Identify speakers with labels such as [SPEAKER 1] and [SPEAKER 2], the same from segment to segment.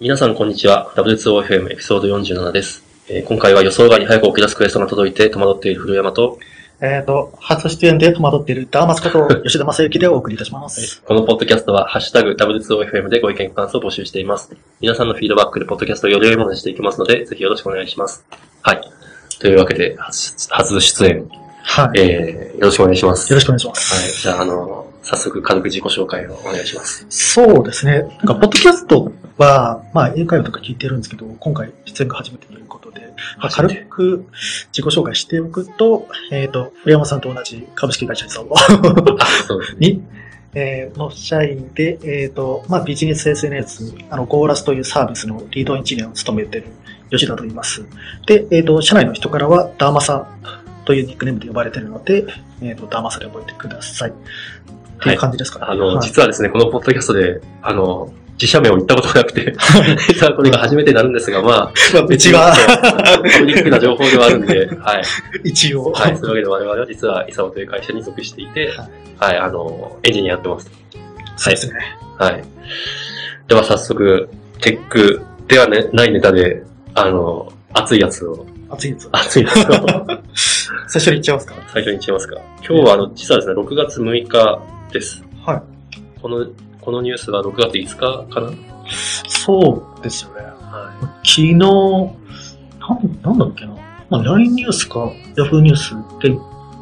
[SPEAKER 1] 皆さんこんにちは。W2OFM エピソード47です、えー今回は予想外に早く起き出すクエストが届いて戸惑っている古山と、
[SPEAKER 2] えっ、と、初出演で戸惑っているダーマスこと吉田正幸でお送りいたします。
[SPEAKER 1] このポッドキャストは、ハッシュタグ W2OFM でご意見ご感想を募集しています。皆さんのフィードバックでポッドキャストをより良いものにしていきますので、ぜひよろしくお願いします。はい。というわけで、初初出演、
[SPEAKER 2] はい。よ
[SPEAKER 1] えー、よろしくお願いします。
[SPEAKER 2] ろ
[SPEAKER 1] し
[SPEAKER 2] しくお願いします。
[SPEAKER 1] はい。じゃあ、あの、早速軽く自己紹介をお願いします。
[SPEAKER 2] そうですね。なんか、ポッドキャストは、まあ、英会話とか聞いてるんですけど、今回出演が初めてということで、まあ、
[SPEAKER 1] 初めて
[SPEAKER 2] 軽く自己紹介しておくと、えっ、と、古山さんと同じ株式会社に参謀
[SPEAKER 1] あ、そうですね。
[SPEAKER 2] に、えーの社員で、えっ、と、まあ、ビジネス SNS、あの、ゴーラスというサービスのリードエンジニアを務めてる吉田と言います。で、えっ、と、社内の人からは、ダーマサというニックネームで呼ばれてるので、えっ、と、ダーマサで覚えてください。っていう感じですかね。
[SPEAKER 1] あの、
[SPEAKER 2] はい
[SPEAKER 1] 実はですね、このポッドキャストで、あの、自社名を言ったことがなくて、 実はこれが初めてになるんですが、ま
[SPEAKER 2] まあ
[SPEAKER 1] あ、
[SPEAKER 2] うちは、
[SPEAKER 1] パブリックな情報ではあるん で、はい。
[SPEAKER 2] 一応、
[SPEAKER 1] はい。そういうわけで我々は実は、イサオという会社に属していて、
[SPEAKER 2] は
[SPEAKER 1] はい、あの、エンジニアやってます。
[SPEAKER 2] そうですね。
[SPEAKER 1] はい。では早速、チェックでは、ね、ないネタで、あの、熱いやつを、
[SPEAKER 2] 暑いです。
[SPEAKER 1] 熱いやつを
[SPEAKER 2] 最初に言っちゃいますか
[SPEAKER 1] 最初に言っちゃいますか。今日はあの、実はですね、6月6日です。
[SPEAKER 2] はい。
[SPEAKER 1] この、このニュースは6月5日かな
[SPEAKER 2] そうですよね。
[SPEAKER 1] は
[SPEAKER 2] 昨日、なん、なんだっけな。まあ、LINE ニュースか、Yahoo ニュースで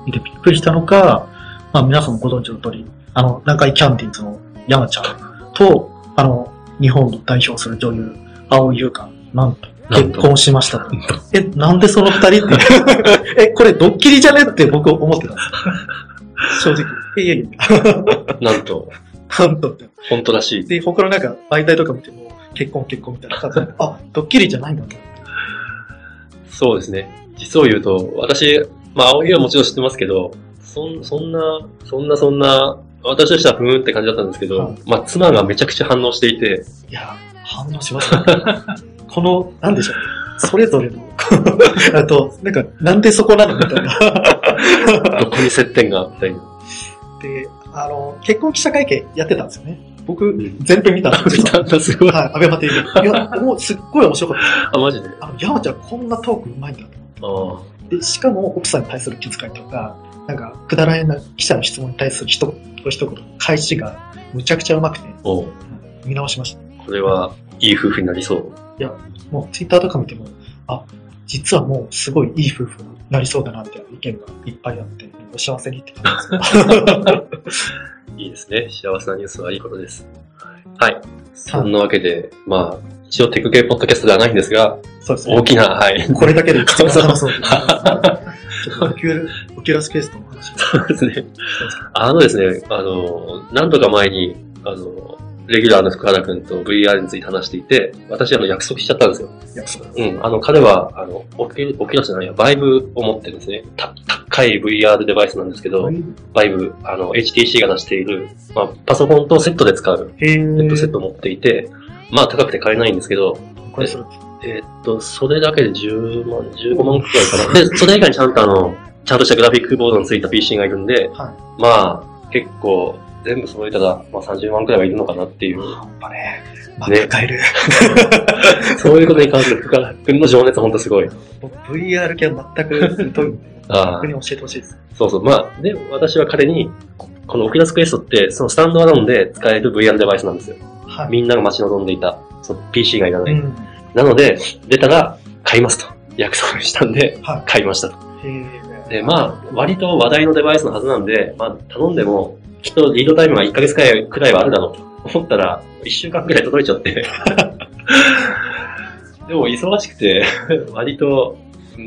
[SPEAKER 2] 見てびっくりしたのか、まあ、皆さんもご存知の通り、あの、南海キャンディーズの山ちゃんと、あの、日本を代表する女優、青井優香、なんと、
[SPEAKER 1] なん
[SPEAKER 2] 結
[SPEAKER 1] と
[SPEAKER 2] 婚しましたと。え、なんでその二人って。 え、これドッキリじゃねって僕思ってたんですよ。正直。いやいやい
[SPEAKER 1] い。なんと、
[SPEAKER 2] や、なんとって。
[SPEAKER 1] 本当らしい。
[SPEAKER 2] で、他のなんか媒体とか見ても、結婚結婚みたいな感じで、あ、ドッキリじゃないんだと思って。
[SPEAKER 1] そうですね。実を言うと、私、まあ、青いはもちろん知ってますけど、そんそんな、そんな、そんな、私としてはふーんって感じだったんですけど、
[SPEAKER 2] はい
[SPEAKER 1] まあ、妻がめちゃくちゃ反応していて、
[SPEAKER 2] いや、反応しましたね。 この、なんでしょう。それぞれの、 あと、なんか、なんでそこなのみたいな。
[SPEAKER 1] どこに接点がみたいな。
[SPEAKER 2] で、あの、結婚記者会見やってたんですよね。僕
[SPEAKER 1] ん、
[SPEAKER 2] 全編見たんです
[SPEAKER 1] 見
[SPEAKER 2] よ。
[SPEAKER 1] たんだ、すご い。
[SPEAKER 2] はい、アベマ TV。いや、もうすっごい面白かった。
[SPEAKER 1] あ、マジで。
[SPEAKER 2] あの、山ちゃんこんなトークうまいんだと。
[SPEAKER 1] あー
[SPEAKER 2] で、しかも奥さんに対する気遣いとか、なんか、くだらないな記者の質問に対する一言一言、返しがむちゃくちゃうまくて、
[SPEAKER 1] おう
[SPEAKER 2] 見直しました。
[SPEAKER 1] これは、いい夫婦になりそう。
[SPEAKER 2] もうツイッターとか見ても、あ、実はもうすごいいい夫婦になりそうだなみたいな意見がいっぱいあって、お幸せにって感じですけど。
[SPEAKER 1] いいですね。幸せなニュースはいいことです。はい。そんなわけで、まあ、一応テク系ポッドキャストではないんですが、
[SPEAKER 2] そうです
[SPEAKER 1] 大
[SPEAKER 2] ね。
[SPEAKER 1] きな、はい。
[SPEAKER 2] これだけで口が話そうってちょっとオキュラオキュラスケーストの話。
[SPEAKER 1] そうですね。あのですね、あの、何度か前に、あの、レギュラーの福原くんと VR について話していて、私あの約束しちゃったんですよ。
[SPEAKER 2] いや、そう
[SPEAKER 1] うん。あの、彼は、あの、オキュオキュラスじゃないや、バイブを持ってるんですね。た高い VR デバイスなんですけど、バイブ、あの、HTC が出している、まあ、パソコンとセットで使う
[SPEAKER 2] へぇ
[SPEAKER 1] ヘッドセットを持っていて、まあ、高くて買えないんですけど、
[SPEAKER 2] これそれ。
[SPEAKER 1] えーっと、それだけで10万、15万くらいかな。で、それ以外にちゃんとあの、ちゃんとしたグラフィックボードのついた PC がいるんで、
[SPEAKER 2] は
[SPEAKER 1] まあ、結構、全部揃えたら、まあ30万くらいはいるのかなっていう、
[SPEAKER 2] やっぱね、ま
[SPEAKER 1] ね
[SPEAKER 2] あ、買える。
[SPEAKER 1] そういうことに関する福原君の情熱ほんとすごい。
[SPEAKER 2] 僕 VR 系は 全く疎いんで、
[SPEAKER 1] ああ
[SPEAKER 2] 僕に教えてほしいです。
[SPEAKER 1] そうそう。まあ、で、私は彼に、このオキュラスクエストって、そのスタンドアローンで使える VR デバイスなんですよ。
[SPEAKER 2] はい。
[SPEAKER 1] みんなが待ち望んでいた、その PC がいらない。
[SPEAKER 2] うん。
[SPEAKER 1] なので、出たら買いますと。約束したんで、
[SPEAKER 2] は
[SPEAKER 1] 買いました。
[SPEAKER 2] い。へ
[SPEAKER 1] で、まあ、割と話題のデバイスのはずなんで、まあ、頼んでも、きっとリードタイムは1ヶ月くらいくらいはあるだろうと思ったら、1週間くらい届いちゃって。 でも、忙しくて、割と、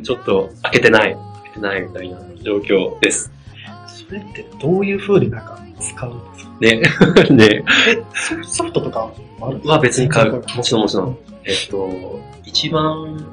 [SPEAKER 1] ちょっと、開けてない、開けてないみたいな状況です。
[SPEAKER 2] ぇそれってどういう風になんか使うんですか
[SPEAKER 1] ね。 ね。
[SPEAKER 2] ソソフトとかもあるんですか
[SPEAKER 1] まあ、別に買う。もちろん、もちろん。えっと、一番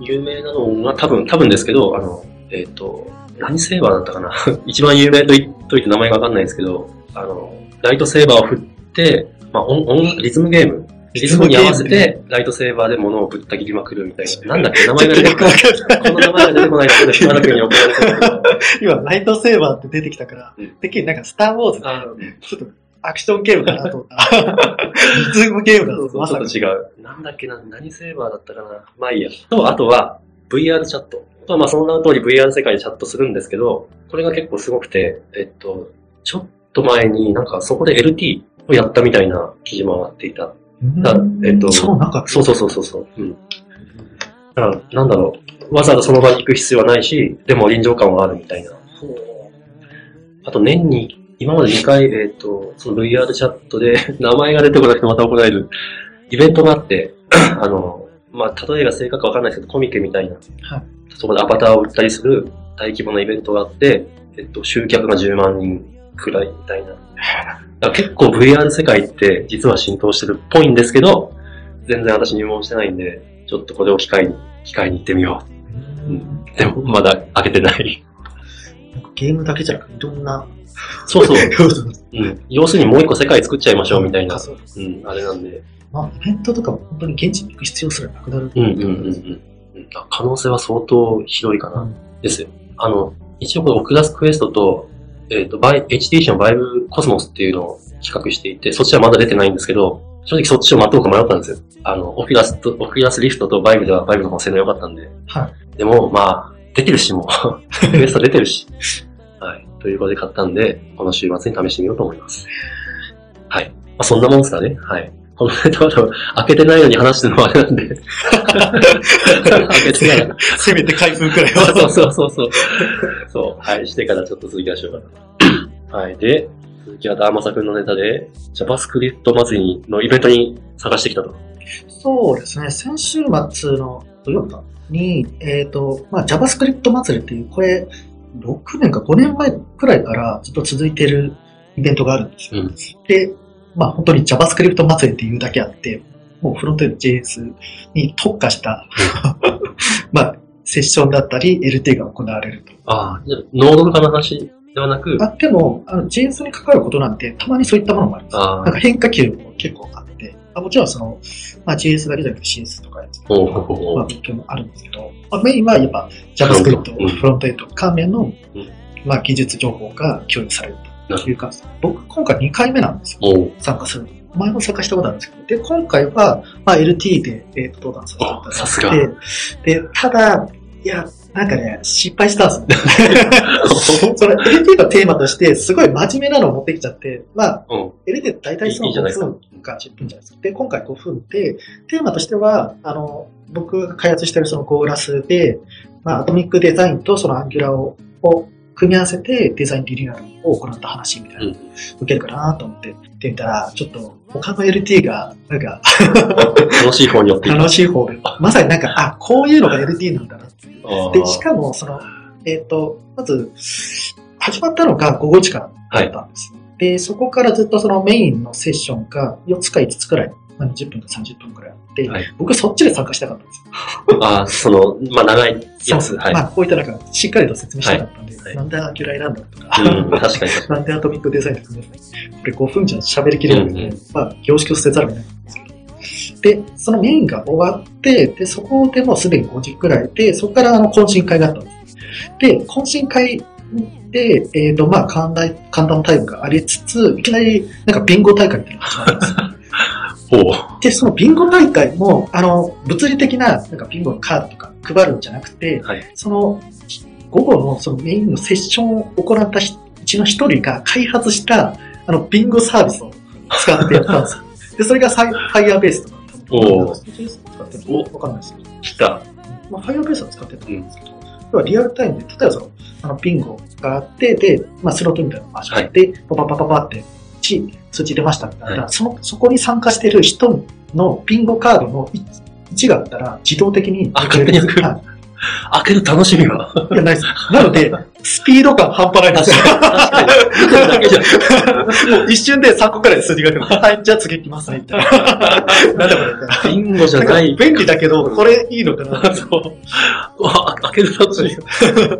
[SPEAKER 1] 有名なのが、多分、多分ですけど、あの、えっと、何セーバーだったかな 一番有名と言っといて名前がわかんないですけど、あの、ライトセーバーを振って、まあ、音音楽、リズムゲーム。リズムに合わせて、ライトセーバーで物をぶった切りまくるみたいな。なんだっけ名前が出てこない。この名前が出てこないので、しばらくに送られてる。
[SPEAKER 2] 今、ライトセーバーって出てきたから
[SPEAKER 1] うん、
[SPEAKER 2] てっきりなんかスターウォーズ
[SPEAKER 1] あの
[SPEAKER 2] ちょっとアクションゲームかなと思った。実務ゲームだ
[SPEAKER 1] そ
[SPEAKER 2] と
[SPEAKER 1] うそう
[SPEAKER 2] まさか。
[SPEAKER 1] ちょっと違う。なんだっけな、何セーバーだったかな。まあいいや。と、あとは、VR チャット。まあまあ、その名の通り VR 世界でチャットするんですけど、これが結構すごくて、えっと、ちょっと前になんかそこで LT をやったみたいな記事もあっていた。だえっと
[SPEAKER 2] そう、なんか、
[SPEAKER 1] そうそうそうそうそう。うん。だから、なんだろう。わざわざその場に行く必要はないし、でも臨場感はあるみたいな。あと年に、今まで2回、えっ、と、その VR チャットで 名前が出てこなくてまた怒られるイベントがあって、 あの、まあ、例えが正確かわかんないですけど、コミケみたいな。
[SPEAKER 2] はい
[SPEAKER 1] そこでアバターを売ったりする大規模なイベントがあって、えっと、集客が10万人くらいみたいな。だから結構 VR 世界って実は浸透してるっぽいんですけど、全然私入門してないんで、ちょっとこれを機会に、機会に行ってみよ
[SPEAKER 2] うん
[SPEAKER 1] う。でも、まだ開けてない。
[SPEAKER 2] なんかゲームだけじゃなくて、いろんな。
[SPEAKER 1] そうそう。
[SPEAKER 2] 要素 が
[SPEAKER 1] うん。要するにもう一個世界作っちゃいましょうみたいな。
[SPEAKER 2] そう
[SPEAKER 1] うん、あれなんで。
[SPEAKER 2] まあ、イベントとかも本当に現地に行く必要すらなくなる。
[SPEAKER 1] うんうんうんうんうん。あ可能性は相当広いかな。
[SPEAKER 2] うん
[SPEAKER 1] ですよ。あの、一応このオクラスクエストと、えっ、と、バイ、HTC のバイブコスモスっていうのを企画していて、そっちはまだ出てないんですけど、正直そっちを待とうか迷ったんですよ。あの、オキュラスと、オキュラスリフトとバイブではバイブの方が性能良かったんで。
[SPEAKER 2] はい。
[SPEAKER 1] でも、まあ、出てるしもう、 クエスト出てるし。はい。ということで買ったんで、この週末に試してみようと思います。はい。まあ、そんなもんですかね。はい。このネタは多分開けてないのに話してるのはあれなんで。開けてない。
[SPEAKER 2] せめて開封くらい
[SPEAKER 1] そうそうそうそう。そう。はい。してからちょっと続きはしようかな。はい。で、続きはダーマサ君のネタで、JavaScript 祭りのイベントに探してきたと。
[SPEAKER 2] そうですね、先週末の土曜日かに、えっ、と、まあ、JavaScript 祭りっていう、これ、6年か5年前くらいからずっと続いてるイベントがあるんですよ。
[SPEAKER 1] うん
[SPEAKER 2] で、まあ、本当に JavaScript 祭りっていうだけあって、もうフロントエンド JS に特化した、 まあ、セッションだったり、LT が行われると。
[SPEAKER 1] ああ、じゃあノードのかの話ではなく、
[SPEAKER 2] あでも、あの JS に関わることなんて、たまにそういったものもあるんですよ
[SPEAKER 1] あ
[SPEAKER 2] なん
[SPEAKER 1] あ、
[SPEAKER 2] か変化球も結構あって、あもちろんその、まあ、JS だけじゃなくて CS とかやつ
[SPEAKER 1] おうおうおう
[SPEAKER 2] まあ、勉強もあるんですけど、まあ、メインはやっぱ JavaScript
[SPEAKER 1] うん、
[SPEAKER 2] フロントエンド関連の
[SPEAKER 1] ん、
[SPEAKER 2] まあ、技術情報が共有される
[SPEAKER 1] なるほ
[SPEAKER 2] という感じです。僕、今回2回目なんですよ。
[SPEAKER 1] おう
[SPEAKER 2] 参加するの。前も参加したことあるんですけど、で、今回は、まあ、LT で、えっ、と、登壇させていただいて
[SPEAKER 1] さすが
[SPEAKER 2] で、ただ、いや、なんかね、失敗したんです よ。それ、LT のテーマとして、すごい真面目なのを持ってきちゃって、まあ、
[SPEAKER 1] うん。
[SPEAKER 2] LT 大体そ
[SPEAKER 1] い
[SPEAKER 2] の
[SPEAKER 1] いじゃない
[SPEAKER 2] 5
[SPEAKER 1] ですか
[SPEAKER 2] 分か10分じゃないですか。で、今回5分で、テーマとしては、あの、僕が開発してるそのゴーラスで、まあ、アトミックデザインとそのアンギュラーをを組み合わせてデザインリニューアルを行った話みたいな、
[SPEAKER 1] うん
[SPEAKER 2] 受けるかなと思って、ってみたら、ちょっと他の LT が、なんか、
[SPEAKER 1] 楽しい方によってい
[SPEAKER 2] 楽しい方で、まさになんか、あ、こういうのが LT なんだなって。で、し
[SPEAKER 1] も、
[SPEAKER 2] かも、その、えっ、と、まず、始まったのが午後時からだったんです。で、そこからずっとそのメインのセッションが4つか5つくらい、まあ20分か30分くらいあって、
[SPEAKER 1] はい
[SPEAKER 2] 僕そっちで参加したかったんですよ。
[SPEAKER 1] ああ、その、まあ長いやつ。はい。
[SPEAKER 2] まあ、こういった中、しっかりと説明したかったんで、
[SPEAKER 1] はいはい
[SPEAKER 2] なんでアンキュライなんだとか、
[SPEAKER 1] うん、確かに。
[SPEAKER 2] なんでアトミックデザインとかね、これ5分じゃ喋りきれないので、
[SPEAKER 1] うんう
[SPEAKER 2] まあ、凝縮せざるを得ないんですけど。で、そのメインが終わって、で、そこでもうすでに5時くらいで、そこからあの、懇親会があったんです。で、懇親会で、えっ、と、まあ、簡単、簡単なタイムがありつつ、いきなり、なんかビンゴ大会みたいなのが始まったんですよ。
[SPEAKER 1] ほう。
[SPEAKER 2] で、そのビンゴ大会も、あの、物理的な、なんかビンゴのカードとか配るんじゃなくて、
[SPEAKER 1] はい。
[SPEAKER 2] その、午後のそのメインのセッションを行ったひうちの一人が開発した、あの、ビンゴサービスを使ってやったんで すよ。で、それがサイファイアベースとか。
[SPEAKER 1] おー
[SPEAKER 2] ファイアベース使ってるのわかんないですけど。
[SPEAKER 1] 来た。
[SPEAKER 2] まあ、ファイアベースは使ってたんですけど、要はリアルタイムで、例えばその、あの、ビンゴがあって、で、まあ、スロットみたいなのが始まって、パパパパパって、ち、通知出ましたみたいな、
[SPEAKER 1] は
[SPEAKER 2] その、そこに参加してる人のビンゴカードの1があったら、自動的に、
[SPEAKER 1] あ勝手に送る
[SPEAKER 2] はい
[SPEAKER 1] 開ける楽しみが。
[SPEAKER 2] いや、ないです。なので、スピード感半端ないんですよ。
[SPEAKER 1] 見てるだけじゃん。
[SPEAKER 2] もう一瞬で3個くらい数字が出ます。はい、じゃあ次行きます ね、みたいな。なんだこれ、みたいな。
[SPEAKER 1] ビンゴじゃ
[SPEAKER 2] な
[SPEAKER 1] ない
[SPEAKER 2] んか。便利だけど、これいいのか な。そう。
[SPEAKER 1] うわ開ける楽しみが。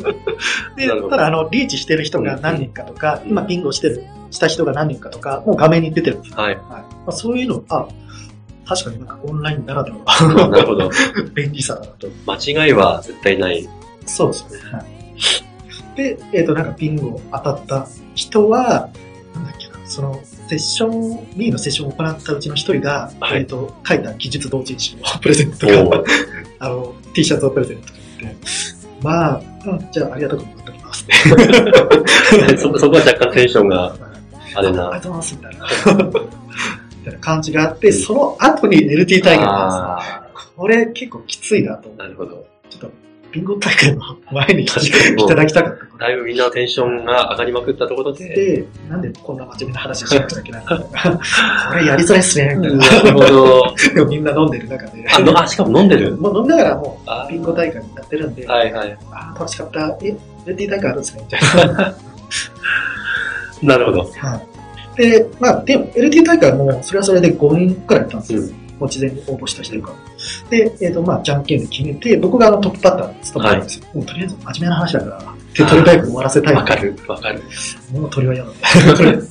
[SPEAKER 2] で、
[SPEAKER 1] なるほど
[SPEAKER 2] ただ、あの、リーチしてる人が何人かとか、
[SPEAKER 1] うん
[SPEAKER 2] 今、ビンゴしてる、した人が何人かとか、もう画面に出てるんですよ。
[SPEAKER 1] はい。
[SPEAKER 2] はいまあ、そういうの、あ、確かになんかオンラインならでは
[SPEAKER 1] なる
[SPEAKER 2] の
[SPEAKER 1] ほど。
[SPEAKER 2] 便利さだなと。
[SPEAKER 1] 間違いは絶対ない。
[SPEAKER 2] そうですね。はい。で、えっ、と、なんかビンゴ当たった人は、なんだっけな、その、セッション、B のセッションを行ったうちの一人が、
[SPEAKER 1] はい
[SPEAKER 2] えっ、と、書いた技術同人誌のプレゼントが、 あの、T シャツをプレゼントしてて、まあ、うんじゃあありがたくもらっておきますね。
[SPEAKER 1] そ、 そこは若干テンションが、あ
[SPEAKER 2] あ
[SPEAKER 1] れ
[SPEAKER 2] りが
[SPEAKER 1] な。
[SPEAKER 2] とうございます、みたいな。みたいな感じがあって、その後に LT 大会な
[SPEAKER 1] あ
[SPEAKER 2] んですよこれ結構きついなと
[SPEAKER 1] ー
[SPEAKER 2] 思
[SPEAKER 1] なるほど。
[SPEAKER 2] う。ちょっと、ビンゴ大会の前に来
[SPEAKER 1] 確
[SPEAKER 2] て
[SPEAKER 1] かに
[SPEAKER 2] いただきたかった。
[SPEAKER 1] だいぶみんなテンションが上がりまくったところで。
[SPEAKER 2] で、なんでこんな真面目な話しなくちゃいけないのこれやりづらいっすね、みたいな。
[SPEAKER 1] るほ ど。
[SPEAKER 2] でもみんな飲んでる中で。
[SPEAKER 1] あの、あ、しかも飲んでる
[SPEAKER 2] もう飲みながらも
[SPEAKER 1] あ
[SPEAKER 2] う、ビンゴ大会になってるんで、あ
[SPEAKER 1] はいはい。
[SPEAKER 2] あー、楽しかった。え、レティ大会あるんですね、みたいな。
[SPEAKER 1] なるほど。
[SPEAKER 2] はいで、まあ、でも、LT 大会はもう、それはそれで5人くらいいたんですよ。
[SPEAKER 1] うん
[SPEAKER 2] もう事前に応募した人とか。で、えっ、と、まあ、じゃんけんで決めて、僕があのトップバッターに務めたんですよ。もう、とりあえず、真面目な話だから、手取りたいく終わらせたい
[SPEAKER 1] わか
[SPEAKER 2] か、
[SPEAKER 1] らる、わかる。
[SPEAKER 2] もう鳥は嫌なんだ。とりあえず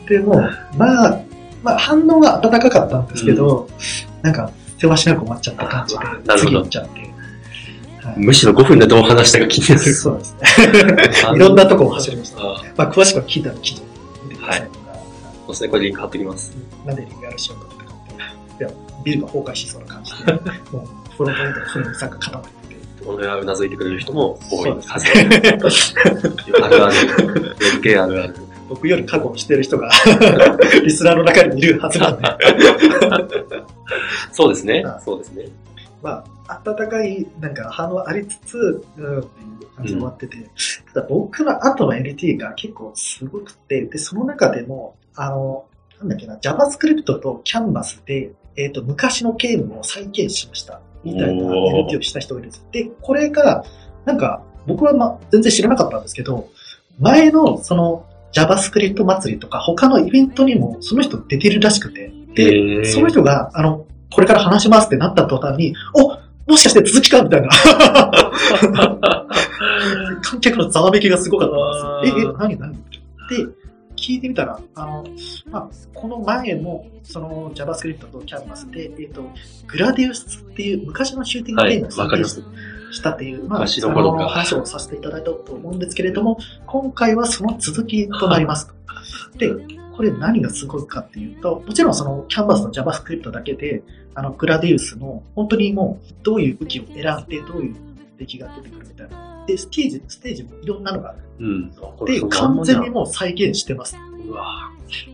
[SPEAKER 2] で、もう、まあ、まあ、反応は温かかったんですけど、なんか、世話しなく終わっちゃった感じで
[SPEAKER 1] あーな、るほど
[SPEAKER 2] 次行っちゃって。 はい
[SPEAKER 1] むしろ5分でどう話したか気になる。
[SPEAKER 2] そうですね。 いろんなとこを走りました。
[SPEAKER 1] あー
[SPEAKER 2] まあ、詳しくは聞いたら記事を見てくださいとか、
[SPEAKER 1] そうですね、これリンク貼ってきます。
[SPEAKER 2] なんでリングやるしようと思ったかって、いや、ビルが崩壊しそうな感じ で、もう、フロントエンドのフレームさんが固まってて、
[SPEAKER 1] この辺はうなずいてくれる人も多い
[SPEAKER 2] そうです
[SPEAKER 1] はず。 あるある。すっげえあ るある。
[SPEAKER 2] 僕より覚悟して る人が、リスナーの中にいるはずなんで、
[SPEAKER 1] そうですね
[SPEAKER 2] あ。
[SPEAKER 1] そうですね。
[SPEAKER 2] まあ、温かい、なんか反応ありつつ、うん、っていう感じで終わってて、ただ僕の後の LT が結構すごくて、で、その中でも、あの、なんだっけな、JavaScript と Canvas で、えっ、と、昔のゲームを再現しました。みたいな
[SPEAKER 1] おー
[SPEAKER 2] LT をした人がいるんですよ。で、これが、なんか、僕は、ま、全然知らなかったんですけど、前の、その、JavaScript 祭りとか、他のイベントにも、その人出てるらしくて、で、
[SPEAKER 1] で
[SPEAKER 2] その人が、あの、これから話しますってなった途端に、おもしかして続きかみたいな。 観客のざわめきがすごかったんですよ。え、え、何何で、聞いてみたら、あの、まあ、この前も、その JavaScript と Canvas で、えっ、と、グラディウスっていう昔のシューティン グ
[SPEAKER 1] は
[SPEAKER 2] ゲー
[SPEAKER 1] い、
[SPEAKER 2] ムを
[SPEAKER 1] わかります。
[SPEAKER 2] したっていう、まあ、
[SPEAKER 1] 昔どころか
[SPEAKER 2] あの話をさせていただいたと思うんですけれども、今回はその続きとなりますと。で、これ何がすごいかっていうと、もちろんそのキャンバスの JavaScript だけで、あのグラディウスの本当にもうどういう武器を選んでどういう敵が出てくるみたいな。で、ステージ、ステージもいろんなのがある。
[SPEAKER 1] うん。
[SPEAKER 2] で、完全にもう再現してます。
[SPEAKER 1] うわ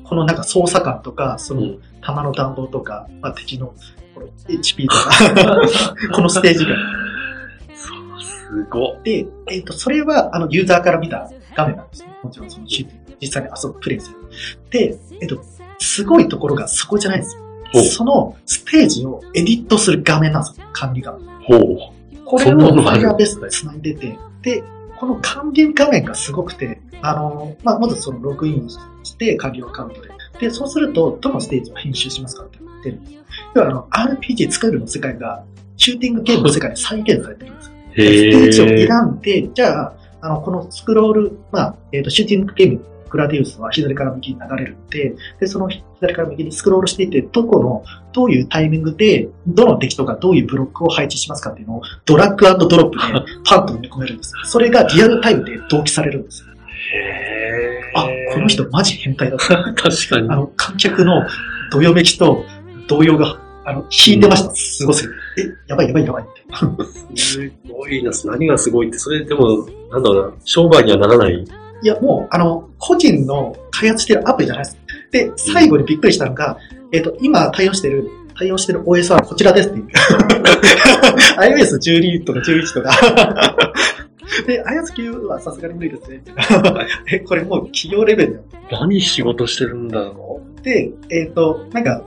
[SPEAKER 2] このなんか操作感とか、そうの
[SPEAKER 1] ん
[SPEAKER 2] 弾の弾道とか、まあ敵のこの HP とか、 このステージが。
[SPEAKER 1] そうすごっ。
[SPEAKER 2] で、えっ、と、それは、あの、ユーザーから見た画面なんですね。もちろん、その、シューティング実際に遊ぶプレイする。で、えっ、と、すごいところがそこじゃないんです
[SPEAKER 1] ほう
[SPEAKER 2] よ。その、ステージをエディットする画面なんですよ。管理画面。
[SPEAKER 1] ほう。
[SPEAKER 2] これ
[SPEAKER 1] そ
[SPEAKER 2] を
[SPEAKER 1] んなのある
[SPEAKER 2] Firebase で繋いでて、で、この管理画面がすごくて、あの、まあ、まずそのログインして、鍵をカウントで。で、そうすると、どのステージを編集しますかって言ってるんですよ。要は、あの、RPG 作るの世界が、シューティングゲームの世界に再現されてるんですよ
[SPEAKER 1] へ
[SPEAKER 2] ステージを
[SPEAKER 1] え。
[SPEAKER 2] 選んで、じゃあ、あの、このスクロール、まあ、えっ、と、シューティングゲーム、グラディウスは左から右に流れるんで、で、その左から右にスクロールしていって、どこの、どういうタイミングで、どの敵とかどういうブロックを配置しますかっていうのを、ドラッグドロップでパンと埋め込めるんです。それがリアルタイムで同期されるんです。
[SPEAKER 1] へー
[SPEAKER 2] あ、この人。マジ変態だった。
[SPEAKER 1] 確かに
[SPEAKER 2] あ。の、観客のどよめきと動揺が、あの、引いてました。すごすぎて。え、やばいやばいやばいって。
[SPEAKER 1] すごいな。何がすごいって、それでも、なんだろうな、商売にはならない。
[SPEAKER 2] いや、もう、あの、個人の開発してるアプリじゃないです。で、最後にびっくりしたのが、えっ、と、今対応してる、対応してる OS はこちらですっていう。iOS12 とか11とか。で、iOS9 はさすがに無理ですね。え、これもう企業レベルだよ。
[SPEAKER 1] 何仕事してるんだろ
[SPEAKER 2] で、えっ、と、なんか、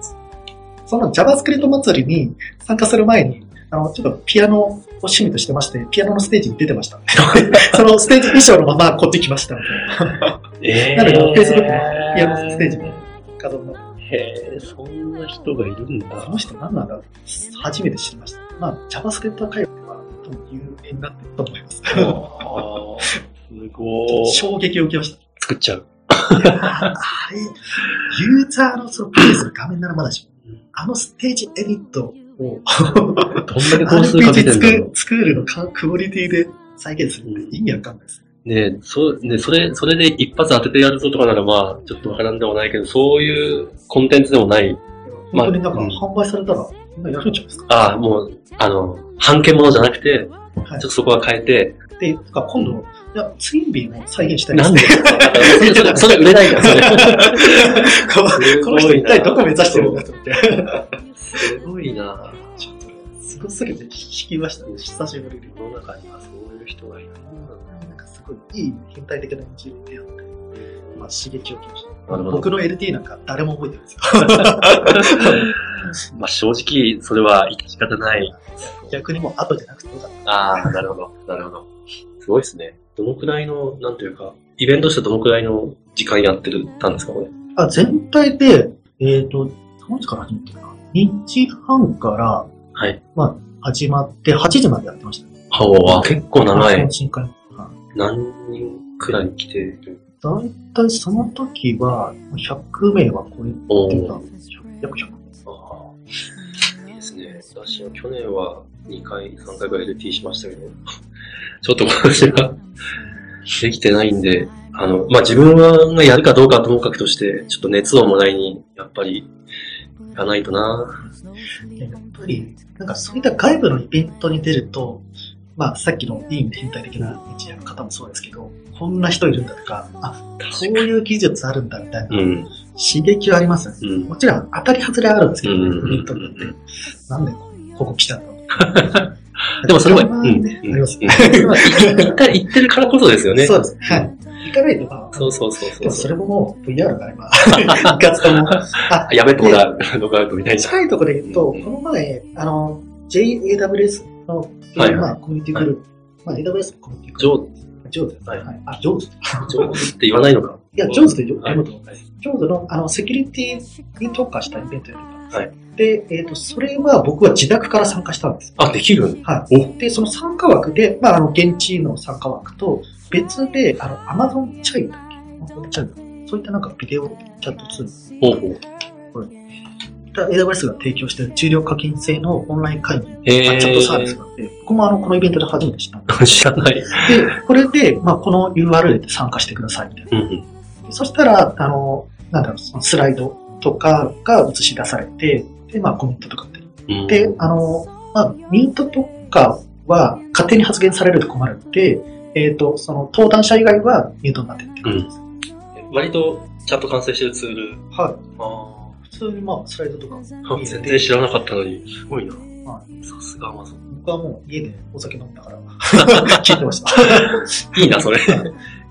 [SPEAKER 2] その JavaScript 祭りに参加する前に、あの、ちょっとピアノを趣味としてまして、ピアノのステージに出てました。 そのステージ衣装のままこっち来ましたみたいな。
[SPEAKER 1] う。え
[SPEAKER 2] なので Facebook のピアノステージも画像も
[SPEAKER 1] へえ、そんな人がいるん
[SPEAKER 2] こ
[SPEAKER 1] だ
[SPEAKER 2] の。人何なんだろう初めて知りました。まあ、JavaScript 界隈では多分有名になってると思います。
[SPEAKER 1] あーすごい。
[SPEAKER 2] 衝撃を受けまし
[SPEAKER 1] 作っちゃう。
[SPEAKER 2] た。いやーあれ、ユーザーのそのプレイする画面ならまだしも、あのステージエディットを、
[SPEAKER 1] どんだけ工数かけて
[SPEAKER 2] RPG
[SPEAKER 1] ん
[SPEAKER 2] ス
[SPEAKER 1] だ
[SPEAKER 2] ク
[SPEAKER 1] ろう
[SPEAKER 2] スクールのかクオリティで再現するって意味わかんないです。
[SPEAKER 1] ねそ、ね、それ、それで一発当ててやるぞとかならまあ、ちょっとわからんでもないけど、そういうコンテンツでもない。まあ
[SPEAKER 2] 本当になんか
[SPEAKER 1] うん
[SPEAKER 2] 販売されたら、みんなやるんじゃないですか。
[SPEAKER 1] ああ、もう、あの、半券ものじゃなくて、ちょ
[SPEAKER 2] は
[SPEAKER 1] っ
[SPEAKER 2] い
[SPEAKER 1] とそこは変えて、
[SPEAKER 2] で、なんか今度、いや、ツインビーも再現したい
[SPEAKER 1] なんで それ、それ、それ売れないから、それ。
[SPEAKER 2] この人一体どこ目指してるんだと思って。
[SPEAKER 1] すごいな
[SPEAKER 2] ちょっとね、すごすぎて、引きましたね、久しぶりに。
[SPEAKER 1] 世の中にはそういう人がいるもんなんだ
[SPEAKER 2] なんかすごいいい変態的な演じに出会って、まあ刺激を受けました。
[SPEAKER 1] なるほど
[SPEAKER 2] 僕の LT なんか誰も覚えてないですよ。
[SPEAKER 1] まあ正直、それは仕方ない。
[SPEAKER 2] 逆にもう後じゃなくてよかっ
[SPEAKER 1] ああ、なるほど。なるほど。すごいですね。どのくらいの、なんというか、イベントとしてどのくらいの時間やってるたんですか、これ。
[SPEAKER 2] た。あ、全体で、えっ、と、何時から始めてるかな ?2 時半から
[SPEAKER 1] はい。
[SPEAKER 2] 始まって、8時までやってましたね。
[SPEAKER 1] あおあ結構長い
[SPEAKER 2] 懇。親会。はい
[SPEAKER 1] 何人くらい来てる
[SPEAKER 2] 大体その時は、100名は超え
[SPEAKER 1] お
[SPEAKER 2] て
[SPEAKER 1] ー
[SPEAKER 2] た。約100。
[SPEAKER 1] ああ、いいですね。私は去年は2回、3回ぐらい LT しましたけど、ちょっと私ができてないんで、あの、まあ、自分がやるかどうかはともかくとして、ちょっと熱をもらいに、やっぱり、行かないとな。
[SPEAKER 2] やっぱり、なんかそういった外部のイベントに出ると、まあさっきのいい変態的な一夜の方もそうですけど、こんな人いるんだとか、あ、こういう技術あるんだみたいな、
[SPEAKER 1] うん。
[SPEAKER 2] 刺激はありますよね。
[SPEAKER 1] うん。
[SPEAKER 2] もちろん当たり外れあるんですけ
[SPEAKER 1] う
[SPEAKER 2] ど、
[SPEAKER 1] ん
[SPEAKER 2] イベント
[SPEAKER 1] う
[SPEAKER 2] によっ
[SPEAKER 1] んうん
[SPEAKER 2] て。なんでここ来たの
[SPEAKER 1] でもそれは、
[SPEAKER 2] た ま
[SPEAKER 1] う
[SPEAKER 2] に
[SPEAKER 1] ん。
[SPEAKER 2] ねあります
[SPEAKER 1] うん。行った行ってるからこそ ですよね。
[SPEAKER 2] そううです。はい。行かないとまあ、
[SPEAKER 1] そうそうそう
[SPEAKER 2] で
[SPEAKER 1] そう
[SPEAKER 2] もそれももう VR が今、一括とも。あ、
[SPEAKER 1] やめてもらう、ログアウトみたいな。
[SPEAKER 2] 近いところで言うと、
[SPEAKER 1] うん
[SPEAKER 2] この前、あの、JAWS の、
[SPEAKER 1] はいはい
[SPEAKER 2] まあ、コミュニティグループ、まあ、AWS のコミュニティグ
[SPEAKER 1] ジ
[SPEAKER 2] ルー
[SPEAKER 1] ョ
[SPEAKER 2] プ、ジョーズです
[SPEAKER 1] はい
[SPEAKER 2] はい。あ、ジョーズ。
[SPEAKER 1] ー、ジョーズって言わないのか。
[SPEAKER 2] いや、ジョーズでジョ
[SPEAKER 1] はい
[SPEAKER 2] ーズ。ジョーズの、あの、セキュリティに特化したイベントやってたんです。で、えっ、と、それは僕は自宅から参加したんです。
[SPEAKER 1] あ、できる
[SPEAKER 2] はい。で、その参加枠で、まあ、あの、現地の参加枠と、別で、あの、Amazon チャイムだっけ Amazon チャイムそういったなんかビデオチャットツール
[SPEAKER 1] ほうほう。
[SPEAKER 2] た AWS が提供している重量課金制のオンライン会議、
[SPEAKER 1] へー
[SPEAKER 2] あチャットサービスがあって、僕もあの、このイベントで初めて知ったんで
[SPEAKER 1] 知らない。
[SPEAKER 2] す。で、これで、まあ、この URL で参加してくださいみたいな。
[SPEAKER 1] うんうん。
[SPEAKER 2] でそしたら、あの、なんだろう、そのスライドとかが映し出されて、で、まあ、コメントとかって。
[SPEAKER 1] うん
[SPEAKER 2] で、あの、まあ、ミュートとかは勝手に発言されると困るんで、えっ、と、その登壇者以外はミュートになってるって感じです。
[SPEAKER 1] 割とチャット完成してるツール。
[SPEAKER 2] はい。
[SPEAKER 1] あ
[SPEAKER 2] 普通にまあ、スライドとかも
[SPEAKER 1] あ
[SPEAKER 2] 見れ
[SPEAKER 1] 全
[SPEAKER 2] て
[SPEAKER 1] 然知らなかったのに。すごいな。
[SPEAKER 2] は
[SPEAKER 1] さすがアマゾン。
[SPEAKER 2] 僕はもう家でお酒飲んだから、 聞いてました。
[SPEAKER 1] いいな、それ。 い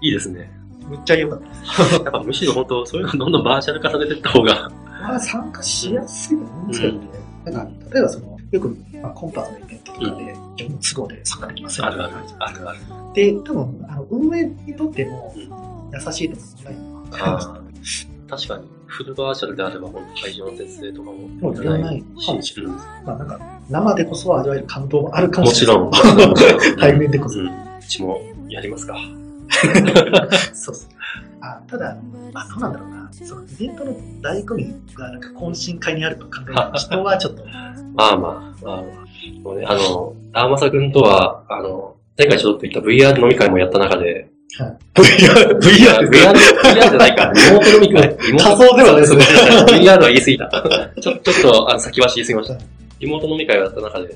[SPEAKER 1] いですね。
[SPEAKER 2] めっちゃ良かった。
[SPEAKER 1] やっぱむしろ本当、そういうのどんどんバーチャル化されていった方が。
[SPEAKER 2] まあ参加しやすいと思うんですけどね。なんか、例えばその、よく、まあ、コンパのイベントとかで、自分の都合で参加できませんみたいな感じ
[SPEAKER 1] あるある。
[SPEAKER 2] で、多分、あの、運営にとっても
[SPEAKER 1] うん
[SPEAKER 2] 優しいと思うんですよね。
[SPEAKER 1] あー確かに、フルバーチャルであれば、本当会場の設営とかも。
[SPEAKER 2] もういらないかもしれないです。まあなんか、生でこそ味わえる感動もあるか
[SPEAKER 1] も
[SPEAKER 2] も
[SPEAKER 1] ち
[SPEAKER 2] しれない。
[SPEAKER 1] ろん。
[SPEAKER 2] 対面でこ
[SPEAKER 1] う
[SPEAKER 2] そ。
[SPEAKER 1] ん。うちもやりますか。
[SPEAKER 2] そうそう。あただ、まあ、どうなんだろうな。そのイベントの醍醐味が、なんか懇親会にあると考えたら、人はちょっと、
[SPEAKER 1] まあまあ、まあまあ。もうね、あの、ダーマサ君とは、あの、前回ちょっと言った VR 飲み会もやった中で、
[SPEAKER 2] VR、
[SPEAKER 1] いや、VR、VR じゃないか。リモート飲み会。リモート
[SPEAKER 2] 仮想ではないですね
[SPEAKER 1] VR は言い過ぎた。 ちょちょっと、あの、先走りすぎました。リモート飲み会をやった中で、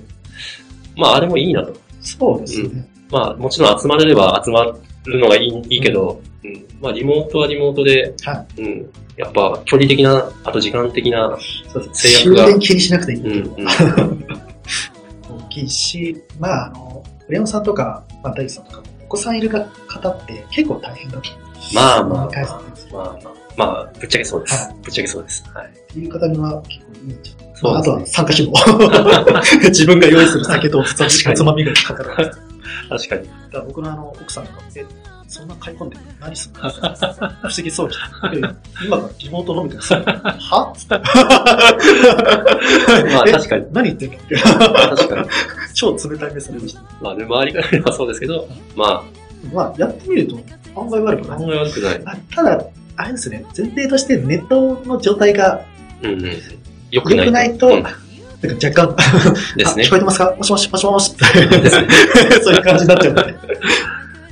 [SPEAKER 1] まあ、あれもいいなと。
[SPEAKER 2] そうですね。
[SPEAKER 1] まあ、もちろん集まれれば集まるのがいいいいけど、うん。まあ、リモートはリモートで、
[SPEAKER 2] は
[SPEAKER 1] うん。やっぱ、距離的な、あと時間的な、
[SPEAKER 2] そうです
[SPEAKER 1] 制約
[SPEAKER 2] ね。終
[SPEAKER 1] が
[SPEAKER 2] 電気にしなくていい
[SPEAKER 1] うん、うん。
[SPEAKER 2] 大きいし、まあ、あの、レオンさんとか、まあ、大地さんとかも、お子さんいる方って結構大変だと
[SPEAKER 1] まあまあ
[SPEAKER 2] 理解されてます
[SPEAKER 1] まあまあ、まあ、ぶっちゃけそうです
[SPEAKER 2] は。
[SPEAKER 1] ぶっちゃけそうです。はい。
[SPEAKER 2] っていう方には結構いいんじゃない
[SPEAKER 1] そう
[SPEAKER 2] まあ
[SPEAKER 1] です
[SPEAKER 2] あと
[SPEAKER 1] ね
[SPEAKER 2] は参加 費も。自分が用意する酒とおつまみ
[SPEAKER 1] 確かに
[SPEAKER 2] おつまみがかかるんですよ。
[SPEAKER 1] 確かに。
[SPEAKER 2] だから僕のあの、奥さんとか、え、そんな買い込んで何するの不思議そうでした。いやいや今からリモート飲みてください。はつって。
[SPEAKER 1] まあ、
[SPEAKER 2] え
[SPEAKER 1] 確かに。
[SPEAKER 2] 何言ってんのって。
[SPEAKER 1] 確かに。
[SPEAKER 2] 超冷たい目されました。
[SPEAKER 1] まあね、周りから見ればそうですけど、ま
[SPEAKER 2] まあ、やってみると、案外悪く
[SPEAKER 1] あ、
[SPEAKER 2] な
[SPEAKER 1] あ
[SPEAKER 2] い
[SPEAKER 1] ん。まり悪くない。
[SPEAKER 2] あただ、あれですね、前提としてネットの状態が
[SPEAKER 1] うんうん。良く
[SPEAKER 2] 良
[SPEAKER 1] ない。
[SPEAKER 2] くないと、
[SPEAKER 1] うん
[SPEAKER 2] なんか若干、
[SPEAKER 1] です
[SPEAKER 2] あ
[SPEAKER 1] ね
[SPEAKER 2] 聞こ。えてます かもしもし、もしもしって、
[SPEAKER 1] ですね。
[SPEAKER 2] そういう感じになっちゃうんで。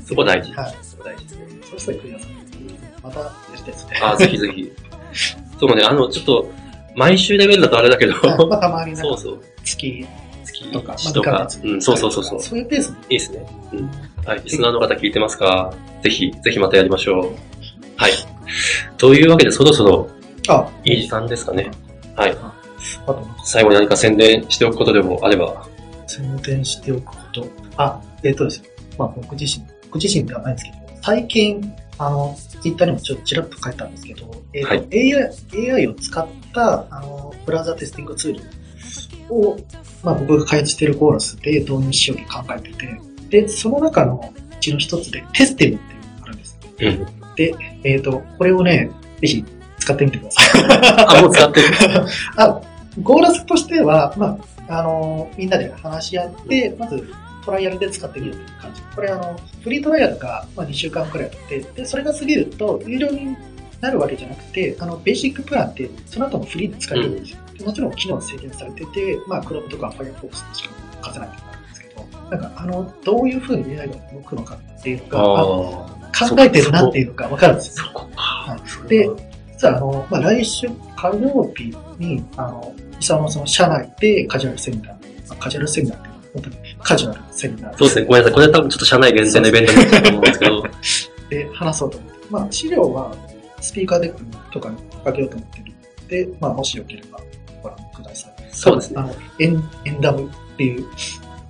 [SPEAKER 1] そこ大事。
[SPEAKER 2] はいさい、クリアさん。またやりたいですね。
[SPEAKER 1] あ、ぜひぜひ。そうね、あの、ちょっと、毎週レベルだとあれだけど、
[SPEAKER 2] はいまあ、たまになんか
[SPEAKER 1] そうそう。
[SPEAKER 2] 月
[SPEAKER 1] 月
[SPEAKER 2] とか、
[SPEAKER 1] 1とか、うん、そうそうそうそう。
[SPEAKER 2] そういうペースも
[SPEAKER 1] いいですね。うん。はい。リスナーの方聞いてますかぜひ、ぜひまたやりましょう。はい。というわけで、そろそろ
[SPEAKER 2] あ、
[SPEAKER 1] いい時間ですかね。はい。
[SPEAKER 2] あとなんか
[SPEAKER 1] 最後に何か宣伝しておくことでもあれば。
[SPEAKER 2] 宣伝しておくこと。あ、えっ、とですね。まあ僕自身、僕自身ではないんですけど、最近、あの、ツイッターにもちょっとちらっと書いたんですけど、えっ、
[SPEAKER 1] はい
[SPEAKER 2] と、AI、AI を使った、あの、ブラウザテスティングツールを、まあ僕が開発しているコーラスで導入しようと考えてて、で、その中のうちの一つで、テステムっていうのがあるんです。
[SPEAKER 1] うん。
[SPEAKER 2] えっ、と、これをね、ぜひ使ってみてください。
[SPEAKER 1] あ、もう使ってる。
[SPEAKER 2] あ、ゴーラスとしては、まあ、あの、みんなで話し合って、まずトライアルで使ってみるという感じ。これあの、フリートライアルが、まあ、2週間くらいあって、で、それが過ぎると有料になるわけじゃなくて、あの、ベーシックプランって、その後もフリーで使えるんですよ。でもちろん機能制限されてて、まあ、Chrome とか Firefox にしか貸せないと思うんですけど、なんか、あの、どういうふうに AI が動くのかっていうのが、あの
[SPEAKER 1] ああ。
[SPEAKER 2] 考えてるなっていうのがわかるんですよ。
[SPEAKER 1] そこ
[SPEAKER 2] は
[SPEAKER 1] か。
[SPEAKER 2] で、実はあの、まあ、来週火曜日に、あの、伊沢のその社内でカジュアルセミナー、まあカジュアルセミナーっていうのは本当にカジュアルセミナー
[SPEAKER 1] そうですね。ごめんなさい。これは多分ちょっと社内限定のイベントになっちゃうと思うんですけ ど。
[SPEAKER 2] で話そうと思って、まあ、資料はスピーカーデックとかにかけようと思ってるので、まあ、もしよければご覧ください。
[SPEAKER 1] そうですね。
[SPEAKER 2] あの、エンエンダムっていう、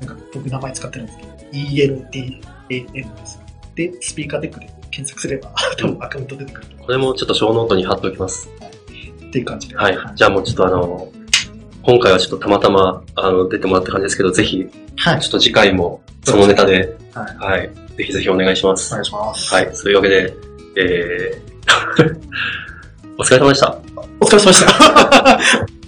[SPEAKER 2] なんか僕名前使ってるんですけど、ENDAM です。で、スピーカーデックで検索すれば、多分アカウント出てくると思う
[SPEAKER 1] これもちょっと小ノートに貼っておきます。
[SPEAKER 2] っていう感じで。
[SPEAKER 1] はい。じゃあもうちょっとあの、今回はちょっとたまたま、あの、出てもらった感じですけど、ぜひ、
[SPEAKER 2] はい
[SPEAKER 1] ちょっと次回も、そのネタで、
[SPEAKER 2] は
[SPEAKER 1] はい。ぜひぜひお願いしま
[SPEAKER 2] お
[SPEAKER 1] す。
[SPEAKER 2] 願いします。
[SPEAKER 1] はい。そういうわけで、えー、お疲れ様でした。
[SPEAKER 2] お疲れ様でした。